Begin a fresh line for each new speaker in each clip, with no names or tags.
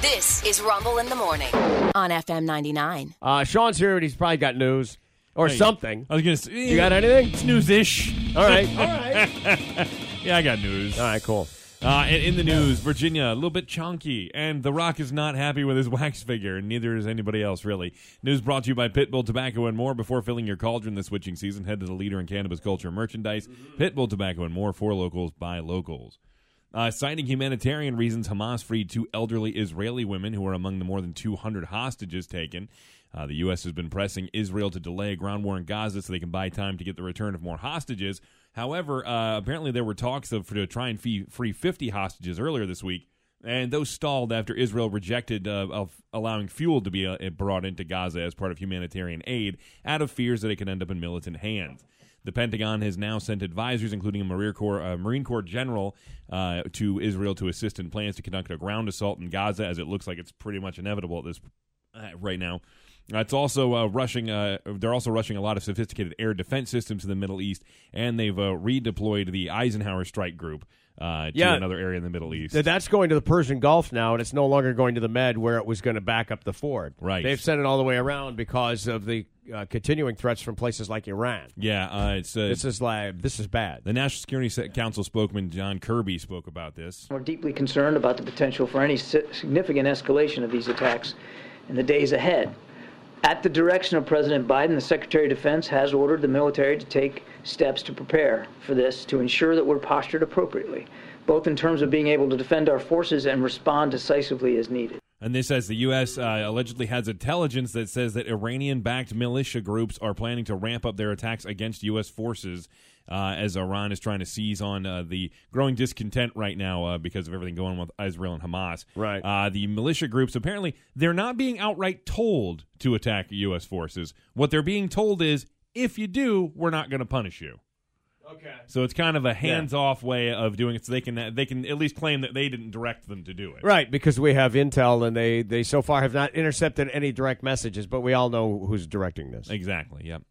This is Rumble in the Morning on FM 99.
Uh, Sean's here and he's probably got news or
Hey,
something.
I was gonna say,
You got anything?
It's news-ish.
All right. All right.
Yeah, I got news.
All right, cool.
Uh, and in the news, Virginia, a little bit chunky, and The Rock is not happy with his wax figure, and neither is anybody else, really. News brought to you by Pitbull Tobacco and More. Before filling your cauldron this switching season, head to the leader in cannabis culture and merchandise,
Mm-hmm.
Pitbull Tobacco and More, for locals, by locals. Uh, citing humanitarian reasons, Hamas freed two elderly Israeli women who are among the more than 200 hostages taken. Uh, the U.S. has been pressing Israel to delay a ground war in Gaza so they can buy time to get the return of more hostages. However, uh, apparently there were talks of to try and fee- free 50 hostages earlier this week, and those stalled after Israel rejected uh, of allowing fuel to be uh, brought into Gaza as part of humanitarian aid out of fears that it could end up in militant hands. The Pentagon has now sent advisors, including a Marine Corps, uh, Marine Corps general, uh, to Israel to assist in plans to conduct a ground assault in Gaza, as it looks like it's pretty much inevitable at this uh, right now. Uh, It's also uh, rushing. Uh, they're also rushing a lot of sophisticated air defense systems in the Middle East, and they've uh, redeployed the Eisenhower Strike Group uh, to
Yeah.
another area in the Middle East.
Th- That's going to the Persian Gulf now, and it's no longer going to the Med where it was going to back up the Ford.
Right.
They've sent it all the way around because of the uh, continuing threats from places like Iran.
yeah, uh, it's uh,
This is like this is bad.
the National Security Se- Council spokesman John Kirby spoke about this.
We're deeply concerned about the potential for any si- significant escalation of these attacks in the days ahead. At the direction of President Biden, the Secretary of Defense has ordered the military to take steps to prepare for this to ensure that we're postured appropriately, both in terms of being able to defend our forces and respond decisively as needed.
And this says the U.S. Uh, allegedly has intelligence that says that Iranian backed militia groups are planning to ramp up their attacks against U.S. forces uh, as Iran is trying to seize on uh, the growing discontent right now uh, because of everything going on with Israel and Hamas.
Right.
Uh, the militia groups apparently they're not being outright told to attack U.S. forces. What they're being told is if you do, we're not going to punish you.
Okay.
So it's kind of a hands-off way of doing it. So they can they can at least claim that they didn't direct them to do it.
Right, because we have intel, and they they so far have not intercepted any direct messages, but we all know who's directing this.
Exactly. Yep.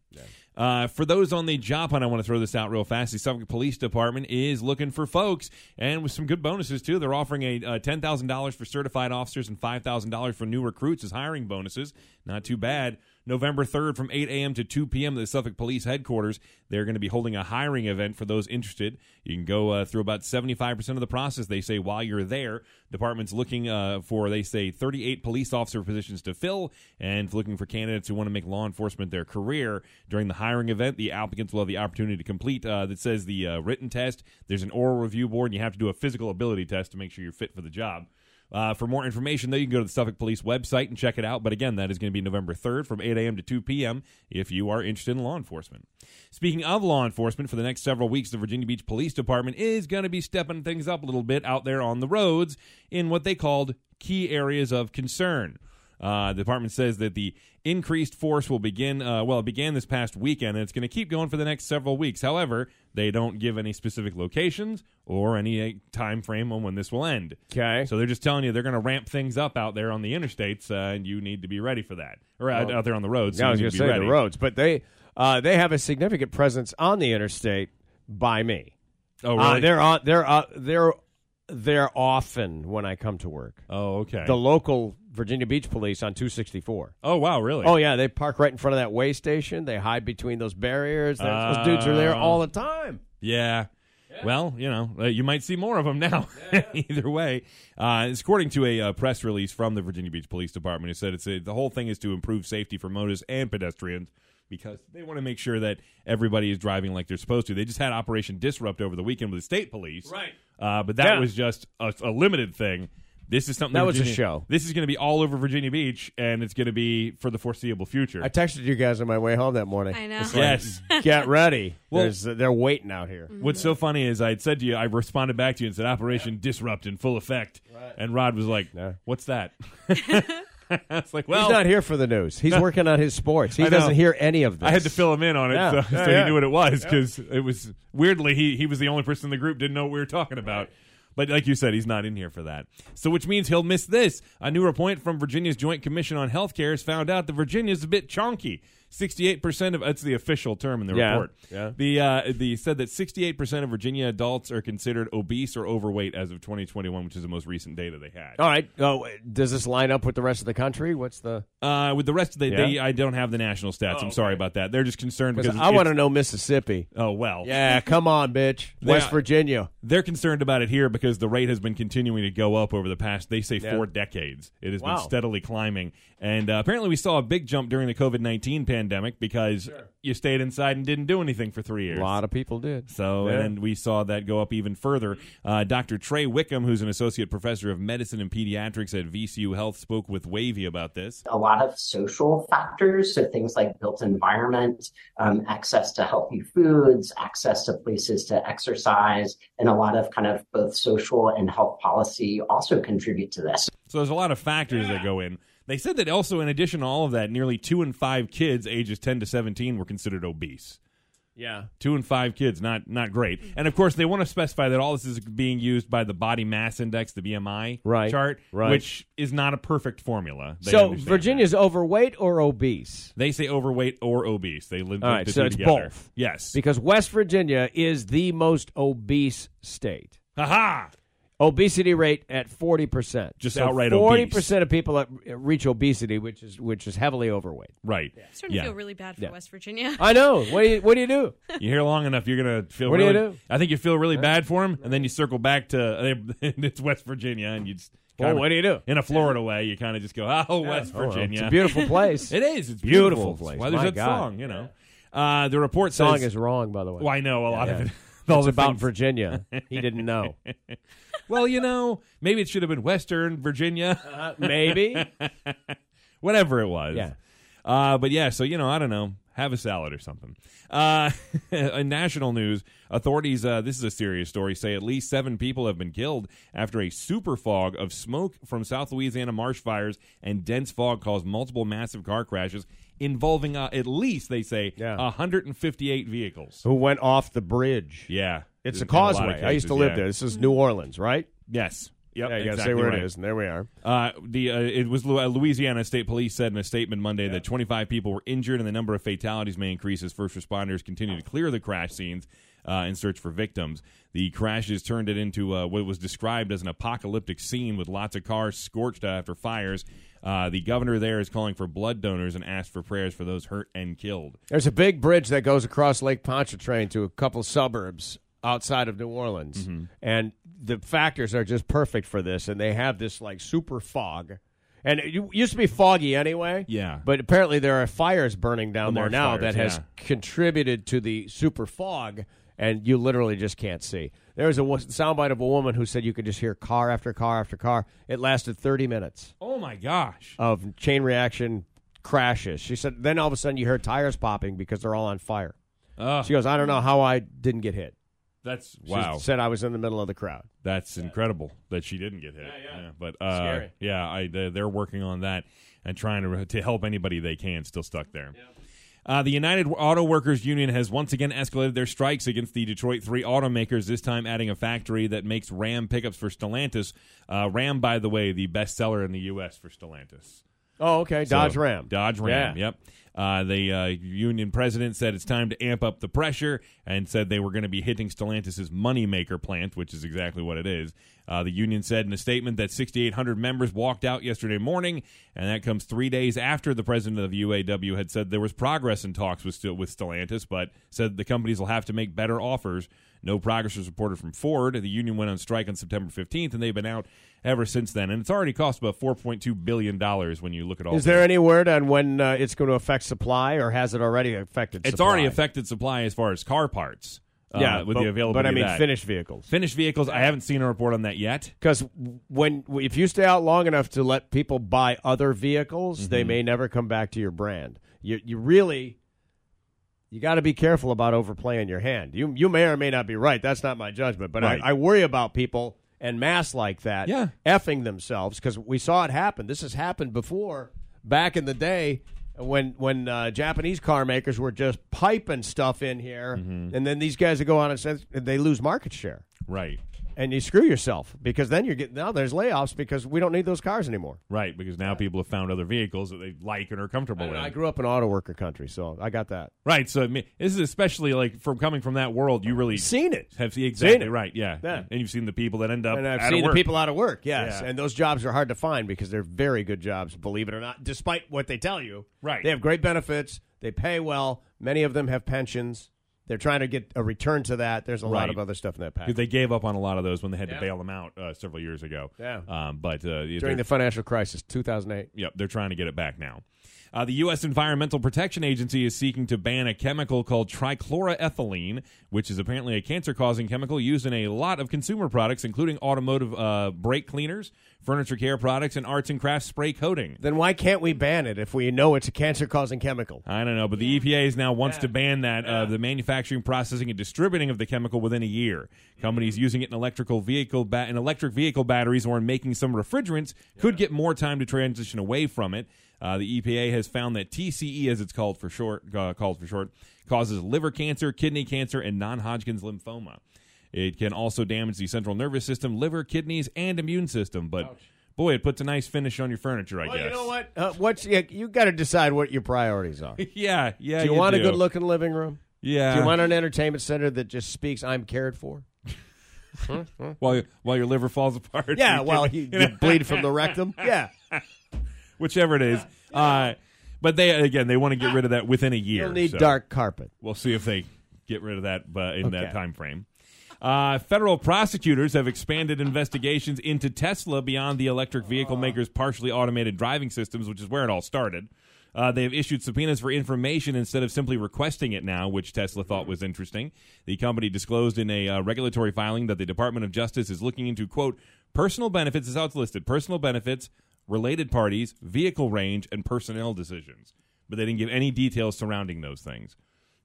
Uh, for those on the job hunt, I want to throw this out real fast. The Suffolk Police Department is looking for folks, and with some good bonuses too. They're offering a uh, ten thousand dollars for certified officers and five thousand dollars for new recruits as hiring bonuses. Not too bad. November third, from eight a.m. to two p.m. at the Suffolk Police headquarters, they're going to be holding a hiring event for those interested. You can go uh, through about seventy-five percent of the process. They say while you're there, department's looking uh, for they say thirty-eight police officer positions to fill, and looking for candidates who want to make law enforcement their career. During the hiring event, the applicants will have the opportunity to complete uh, that says the uh, written test. There's an oral review board, and you have to do a physical ability test to make sure you're fit for the job. Uh, for more information, though, you can go to the Suffolk Police website and check it out. But again, that is going to be November 3rd from 8 a.m. to 2 p.m. if you are interested in law enforcement. Speaking of law enforcement, for the next several weeks, the Virginia Beach Police Department is going to be stepping things up a little bit out there on the roads in what they called key areas of concern. Uh, the department says that the increased force will begin, uh, well, it began this past weekend, and it's going to keep going for the next several weeks. However, they don't give any specific locations or any uh, time frame on when this will end.
Okay.
So they're just telling you they're going to ramp things up out there on the interstates, uh, and you need to be ready for that. Or out, out there on the roads. so
Yeah, I
you
was going
need to
to
be
say
ready.
the roads, but they uh, they have a significant presence on the interstate by me.
Oh,
Uh,
really?
they're on. They're uh, they're they're often when I come to work.
oh, okay.
The local Virginia Beach police on 264.
oh, wow, really?
Oh yeah, they park right in front of that way station. They hide between those barriers. Those, those dudes are there
Uh,
all the time.
Yeah. Well, you know, uh, you might see more of them now. Either way, uh, it's according to a uh, press release from the Virginia Beach Police Department, who said it's a, the whole thing is to improve safety for motorists and pedestrians because they want to make sure that everybody is driving like they're supposed to. They just had Operation Disrupt over the weekend with the state police,
Right.
Uh, but that
Yeah.
was just a, a limited thing. This is something
That was a
Virginia-
show.
This is going to be all over Virginia Beach, and it's going to be for the foreseeable future.
I texted you guys on my way home that morning.
I know.
It's
yes.
Get ready.
Well-
There's, they're waiting out here.
Mm.
What's so funny is I had said to you, I responded back to you and said Operation Disrupt in full effect, and Rod was like,
No.
"What's that?" It's like, "Well,
He's not here for the news. He's working on his sports. He
I know.
doesn't hear any of this.
I had to fill him in on it,
Yeah.
so,
Yeah,
so
yeah.
he knew what it was because it was weirdly he he was the only person in the group didn't know what we were talking about. But like you said, he's not in here for that. So which means he'll miss this. A new report from Virginia's Joint Commission on Healthcare has found out that Virginia's a bit chonky. Sixty-eight percent of that's the official term in the
Yeah,
report.
yeah.
The uh, the said that sixty-eight percent of Virginia adults are considered obese or overweight as of 2021, which is the most recent data they had.
All right. Oh, does this line up with the rest of the country? What's the?
Uh, with the rest of the,
Yeah. Oh,
they, I don't have the national stats. I'm sorry about that. They're just concerned because
Because I want to
it's-
know Mississippi.
Oh well,
Yeah, come on, bitch. West
Yeah.
Virginia.
They're concerned about it here because the rate has been continuing to go up over the past, they say,
Yeah.
four decades. It has
Wow.
been steadily climbing. And uh, apparently, we saw a big jump during the COVID 19 pandemic because you stayed inside and didn't do anything for three years.
A lot of people did.
So,
Yeah.
and then we saw that go up even further. Uh, Dr. Trey Wickham, who's an associate professor of medicine and pediatrics at VCU Health, spoke with Wavy about this.
a lot of social factors, so things like built environment, um, access to healthy foods, access to places to exercise, and a lot of kind of both social and health policy also contribute to this.
So, there's a lot of factors that go in. They said that also, in addition to all of that, nearly two in five kids ages 10 to 17 were considered obese.
Yeah.
two and five kids not not great and of course they want to specify that all this is being used by the body mass index the bmi
Right,
chart
right.
which is not a perfect formula They
So
understand
Virginia's
that.
overweight or obese?
they say overweight or obese they live
All right, so it's
together.
both.
yes
Because West Virginia is the most obese state.
haha
Obesity rate at forty percent.
Just outright
Forty
obese.
percent of people that uh, reach obesity, which is which is heavily overweight.
right
starting
yeah.
to feel really bad for
Yeah. Uh,
West Virginia.
I know. What do you what do you do?
you hear long enough you're gonna feel
What do you
really
do?
i think you feel really bad for him and then you circle back to it's west virginia and you just
Well,
kinda-
what do you do?
in a florida way you kind of just go oh west
Oh, well,
virginia
It's a beautiful place.
It is. It's
Beautiful
beautiful.
place.
Why there's
My
that
God.
song, you know. Uh, the report
song
says
is wrong, by the way.
Well, I know a lot of
Yeah.
it. All
It's
the
about
things-
Virginia. He didn't know.
Well, you know, maybe it should have been Western Virginia,
Maybe.
whatever it was.
Yeah.
Uh, but yeah, so you know, I don't know. Have a salad or something. Uh, in national news, authorities, uh, this is a serious story, say at least seven people have been killed after a super fog of smoke from South Louisiana marsh fires and dense fog caused multiple massive car crashes involving uh, at least, they say,
Yeah.
158 vehicles.
Who went off the bridge?
Yeah.
It's
In
a
a lot of
causeway. I used to
cases,
live
yeah.
there. This is New Orleans, right?
Yes. Yep,
yeah, you gotta
exactly
say where
right.
it is, and there we are.
Uh, the uh, it was Lu- uh, Louisiana State Police said in a statement Monday that 25 people were injured and the number of fatalities may increase as first responders continue to clear the crash scenes uh, in search for victims. The crashes turned it into uh, what was described as an apocalyptic scene with lots of cars scorched after fires. Uh, the governor there is calling for blood donors and asked for prayers for those hurt and killed.
There's a big bridge that goes across Lake Pontchartrain to a couple suburbs outside of New Orleans,
Mm-hmm.
and the factors are just perfect for this. And they have this like super fog, and it u- used to be foggy anyway.
Yeah.
but apparently there are fires burning down
The
there
marsh
now
fires,
that has
yeah.
contributed to the super fog, and you literally just can't see. There was a wo- soundbite of a woman who said you could just hear car after car after car. It lasted 30 minutes
Oh my gosh!
of chain reaction crashes. She said, then all of a sudden you hear tires popping because they're all on fire.
Uh,
She goes, I don't know how I didn't get hit.
that's
She
wow.
said I was in the middle of the crowd.
That's incredible that she didn't get hit. Yeah, but uh,
Scary.
yeah, I, they- they're working on that and trying to to help anybody they can still stuck there. Uh, the United Auto Workers Union has once again escalated their strikes against the Detroit three automakers, this time adding a factory that makes Ram pickups for Stellantis. Uh, Ram, by the way, the best seller in the U.S. for Stellantis.
Oh, okay. Dodge
So,
Ram.
Dodge Ram.
Yeah.
Yep. Uh, the uh, union president said it's time to amp up the pressure and said they were going to be hitting Stellantis' moneymaker plant, which is exactly what it is. Uh, the union said in a statement that 6,800 members walked out yesterday morning, and that comes three days after the president of the UAW had said there was progress in talks with, St- with Stellantis, but said the companies will have to make better offers. No progress was reported from Ford. The union went on strike on September 15th, and they've been out ever since then. And it's already cost about $4.2 billion when you look at all
Is
the-
there any word on when uh, it's going to affect supply, or has it already affected?
It's
supply?
already affected supply as far as car parts. uh,
Yeah,
with
but,
the availability.
But I mean,
of that.
finished vehicles.
finished vehicles. I haven't seen a report on that yet.
Because when if you stay out long enough to let people buy other vehicles,
Mm-hmm.
they may never come back to your brand. You you really you got to be careful about overplaying your hand. You you may or may not be right. That's not my judgment, but
Right.
I, I worry about people and mass like that
Yeah.
effing themselves because we saw it happen. This has happened before back in the day when when uh, Japanese car makers were just
Mm-hmm.
piping stuff in here, and then these guys would go on and say, they lose market share.
Right.
and you screw yourself because then you're getting now there's layoffs because we don't need those cars anymore.
Right, because now people have found other vehicles that they like and are comfortable
And
with.
I grew up in auto worker country, so I got that.
right, so I mean, this is especially like from coming from that world, you really
Seen it.
have the exactly
it.
right, yeah.
Yeah.
and you've seen the people that end up
And I've
out of
seen the
work.
people out of work, yes.
Yeah.
And those jobs are hard to find because they're very good jobs, believe it or not, despite what they tell you.
Right.
They have great benefits, they pay well, many of them have pensions. They're trying to get a return to that. There's a lot
Right.
of other stuff in that package.
Because they gave up on a lot of those when they had
Yeah.
to bail them out uh, several years ago.
Yeah.
Um, but uh,
During the financial crisis, 2008.
Yep, they're trying to get it back now. Uh, the U.S. Environmental Protection Agency is seeking to ban a chemical called trichloroethylene, which is apparently a cancer causing chemical used in a lot of consumer products, including automotive uh, brake cleaners, furniture care products, and arts and crafts spray coating.
Then why can't we ban it if we know it's a cancer causing chemical?
I don't know, but the EPA is now wants to ban that uh, the manufacturing, processing, and distributing of the chemical within a year. Companies
Mm-hmm.
using it in electrical vehicle ba- in electric vehicle batteries or in making some refrigerants could get more time to transition away from it. Uh, the EPA has found that TCE, as it's called for short, uh, called for short, causes liver cancer, kidney cancer, and non-Hodgkin's lymphoma. It can also damage the central nervous system, liver, kidneys, and immune system. But boy, it puts a nice finish on your furniture, I
Well,
guess.
you know what? Uh, what's you, you got to decide what your priorities are. Do
Yeah, yeah.
you, want a good looking living room?
Yeah.
Do you want an entertainment center that just speaks "I'm cared for"?
while while your liver falls apart.
Yeah,
You
well,
can-
you, you bleed from the rectum. Yeah,
whichever it is. Uh, but they again, they want to get rid of that within a year.
you'll need
so
dark carpet.
We'll see if they get rid of that uh, in that
Okay.
time frame. Uh, federal prosecutors have expanded investigations into Tesla beyond the electric vehicle maker's partially automated driving systems, which is where it all started. Uh, they have issued subpoenas for information instead of simply requesting it now, which Tesla thought was interesting. The company disclosed in a uh, regulatory filing that the Department of Justice is looking into, quote, personal benefits, is how it's listed, personal benefits, related parties, vehicle range, and personnel decisions. But they didn't give any details surrounding those things.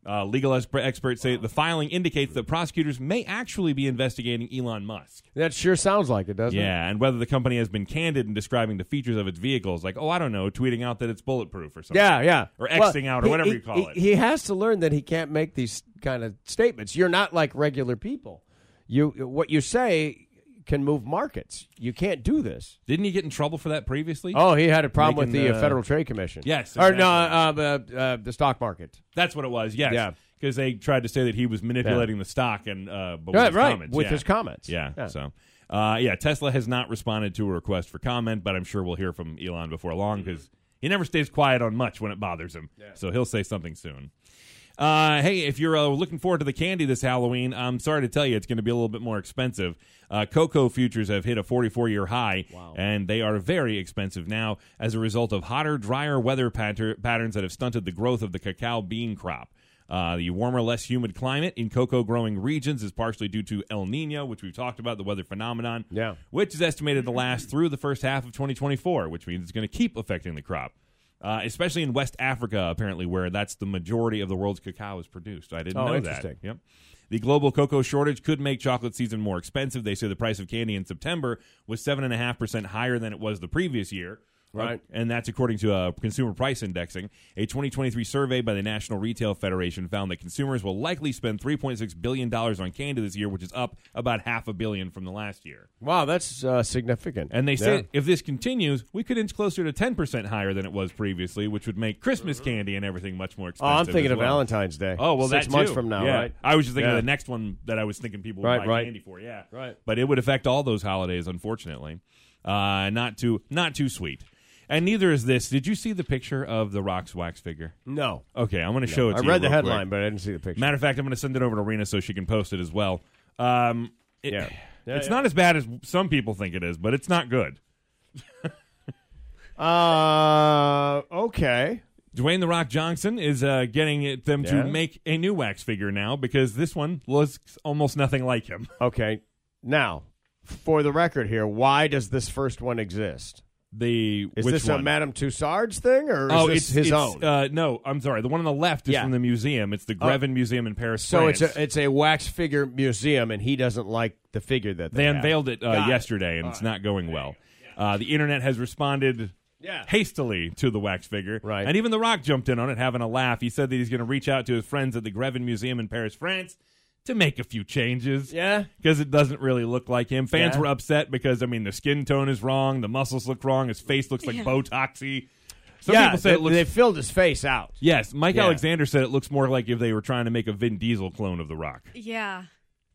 Uh, legal es- experts say the filing indicates that prosecutors may actually be investigating Elon Musk.
That sure sounds like it, doesn't it?
Yeah, and whether the company has been candid in describing the features of its vehicles, like, oh, I don't know, tweeting out that it's bulletproof or something.
Yeah, yeah.
Or
Well,
Xing out or
he-
whatever
he-
you call
He, he has to learn that he can't make these kind of statements. You're not like regular people. You what you say can move markets. You can't do this.
it. Didn't he get in trouble for that previously?
Oh, he had a problem with
Making
the, uh,
the-
Federal Trade Commission.
Yes,
or no, uh, uh, uh, the stock market.
That's what it was, yes.
Yeah.
Because they tried to say that he was manipulating the stock and uh, but with
Right,
his
right,
comments.
with
yeah.
his comments.
Yeah,
Yeah.
so. Uh, yeah, Tesla has not responded to a request for comment, but I'm sure we'll hear from Elon before long because he never stays quiet on much when it bothers him. So he'll say something soon. Uh, hey, if you're uh, looking forward to the candy this Halloween, I'm sorry to tell you it's going to be a little bit more expensive. Uh, cocoa futures have hit a 44 year high, and they are very expensive now as a result of hotter, drier weather patter- patterns that have stunted the growth of the cacao bean crop. Uh, the warmer, less humid climate in cocoa growing regions is partially due to El Nino, which we've talked about, the weather phenomenon,
Yeah.
which is estimated to last through the first half of 2024, which means it's going to keep affecting the crop, uh, especially in West Africa, apparently, where that's the majority of the world's cacao is produced. I didn't
Oh,
know
interesting.
that. Yep. The global cocoa shortage could make chocolate season more expensive. They say the price of candy in September was 7.5% higher than it was the previous year. Uh,
Right.
And that's according to uh, Consumer Price Indexing. A 2023 survey by the National Retail Federation found that consumers will likely spend $3.6 billion on candy this year, which is up about half a billion from the last year.
Wow, that's uh, significant.
And they say
Yeah.
if this continues, we could inch closer to 10% higher than it was previously, which would make Christmas candy and everything much more
Uh-huh. "Oh,
expensive.
I'm thinking
as
of
well.
Valentine's Day.
Oh well,
six
that
months
too.
from now,
Yeah.
right?
I was just thinking
Yeah.
of the next one that I was thinking people would
Right,
buy
right.
candy for. Yeah,
Right.
But it would affect all those holidays, unfortunately. Uh, not too, not too sweet. And neither is this. Did you see the picture of the Rock's wax figure?
No,
Okay, I'm going to show it.
I
to you
read the
real quick.
headline, but I didn't see the picture.
Matter of fact, I'm going to send it over to Rena so she can post it as well. Um, it-
Yeah. Yeah,
it's
yeah.
not as bad as some people think it is, but it's not good.
Uh, okay.
Dwayne the Rock Johnson is uh, getting it, them
Yeah.
to make a new wax figure now because this one looks almost nothing like him.
Okay. Now, for the record here, why does this first one exist?
The
Is
which
this a
one?
Madame Tussauds thing, or is
oh,
this
it's
his
it's,
own?
Uh, no, I'm sorry. The one on the left is
Yeah. Oh.
from the museum. It's the Grevin Museum in Paris.
so
France.
it's a it's a wax figure museum, and he doesn't like the figure that they,
they
have.
unveiled it uh,
Got it.
yesterday, and it's not going well. Uh, the internet has responded
Yeah.
hastily to the wax figure,
Right.
And even The Rock jumped in on it, having a laugh. He said that he's going to reach out to his friends at the Grevin Museum in Paris, France, to make a few changes.
Yeah.
Because it doesn't really look like him. Fans
Yeah.
were upset because, I mean, the skin tone is wrong, the muscles look wrong, his face looks like Botoxy. Some
yeah,
people say
they,
it looks.
they filled his face out.
yes, Mike
Yeah.
Alexander said it looks more like if they were trying to make a Vin Diesel clone of The Rock.
Yeah.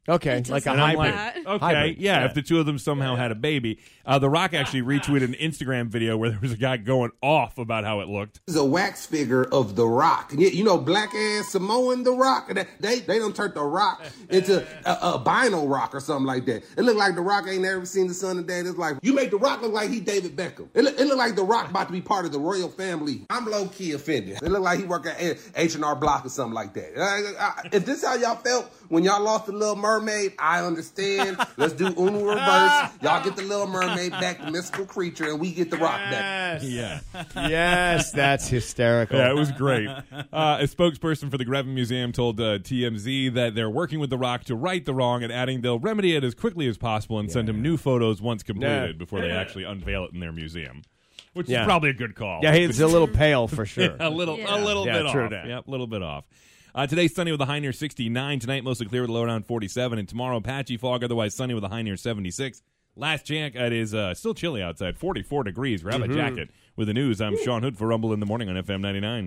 Okay,
It
like a
doesn't
I'm
hybrid.
look that.
like, okay,
Hybrid,
yeah,
yeah.
If the two of them somehow had a baby, uh, The Rock actually retweeted an Instagram video where there was a guy going off about how it looked.
is a wax figure of The Rock. You, you know, black ass Samoan The Rock. They they, they done turned The Rock into a, a bino rock or something like that. It looked like The Rock ain't never seen the sun of day in his life. You make The Rock look like he David Beckham. It look, it look like The Rock about to be part of the royal family. I'm low key offended. It look like he work at H and R Block or something like that. I, I, if this how y'all felt when y'all lost the Little Mermaid, I understand. Let's do Uno reverse. Y'all get the Little Mermaid back, the mystical creature, and we get The Rock back.
Yeah.
yes, that's hysterical.
Yeah, it was great. Uh, a spokesperson for the Grevin Museum told uh, TMZ that they're working with The Rock to right the wrong and adding they'll remedy it as quickly as possible and send him new photos once completed
Yeah.
before they actually unveil it in their museum, which
Yeah.
is probably a good call.
yeah, he's a little pale for sure.
a little, a
Yeah.
little
Yeah,
bit
true
off.
that.
Yep, a little bit off. Uh, today, sunny with a high near 69. Tonight, mostly clear with a low around 47. And tomorrow, patchy fog, otherwise sunny with a high near 76. Last chance, it is uh,
Mm-hmm.
still chilly outside, 44 degrees. Grab a jacket. With the news, I'm Sean Hood for Rumble in the Morning on FM 99.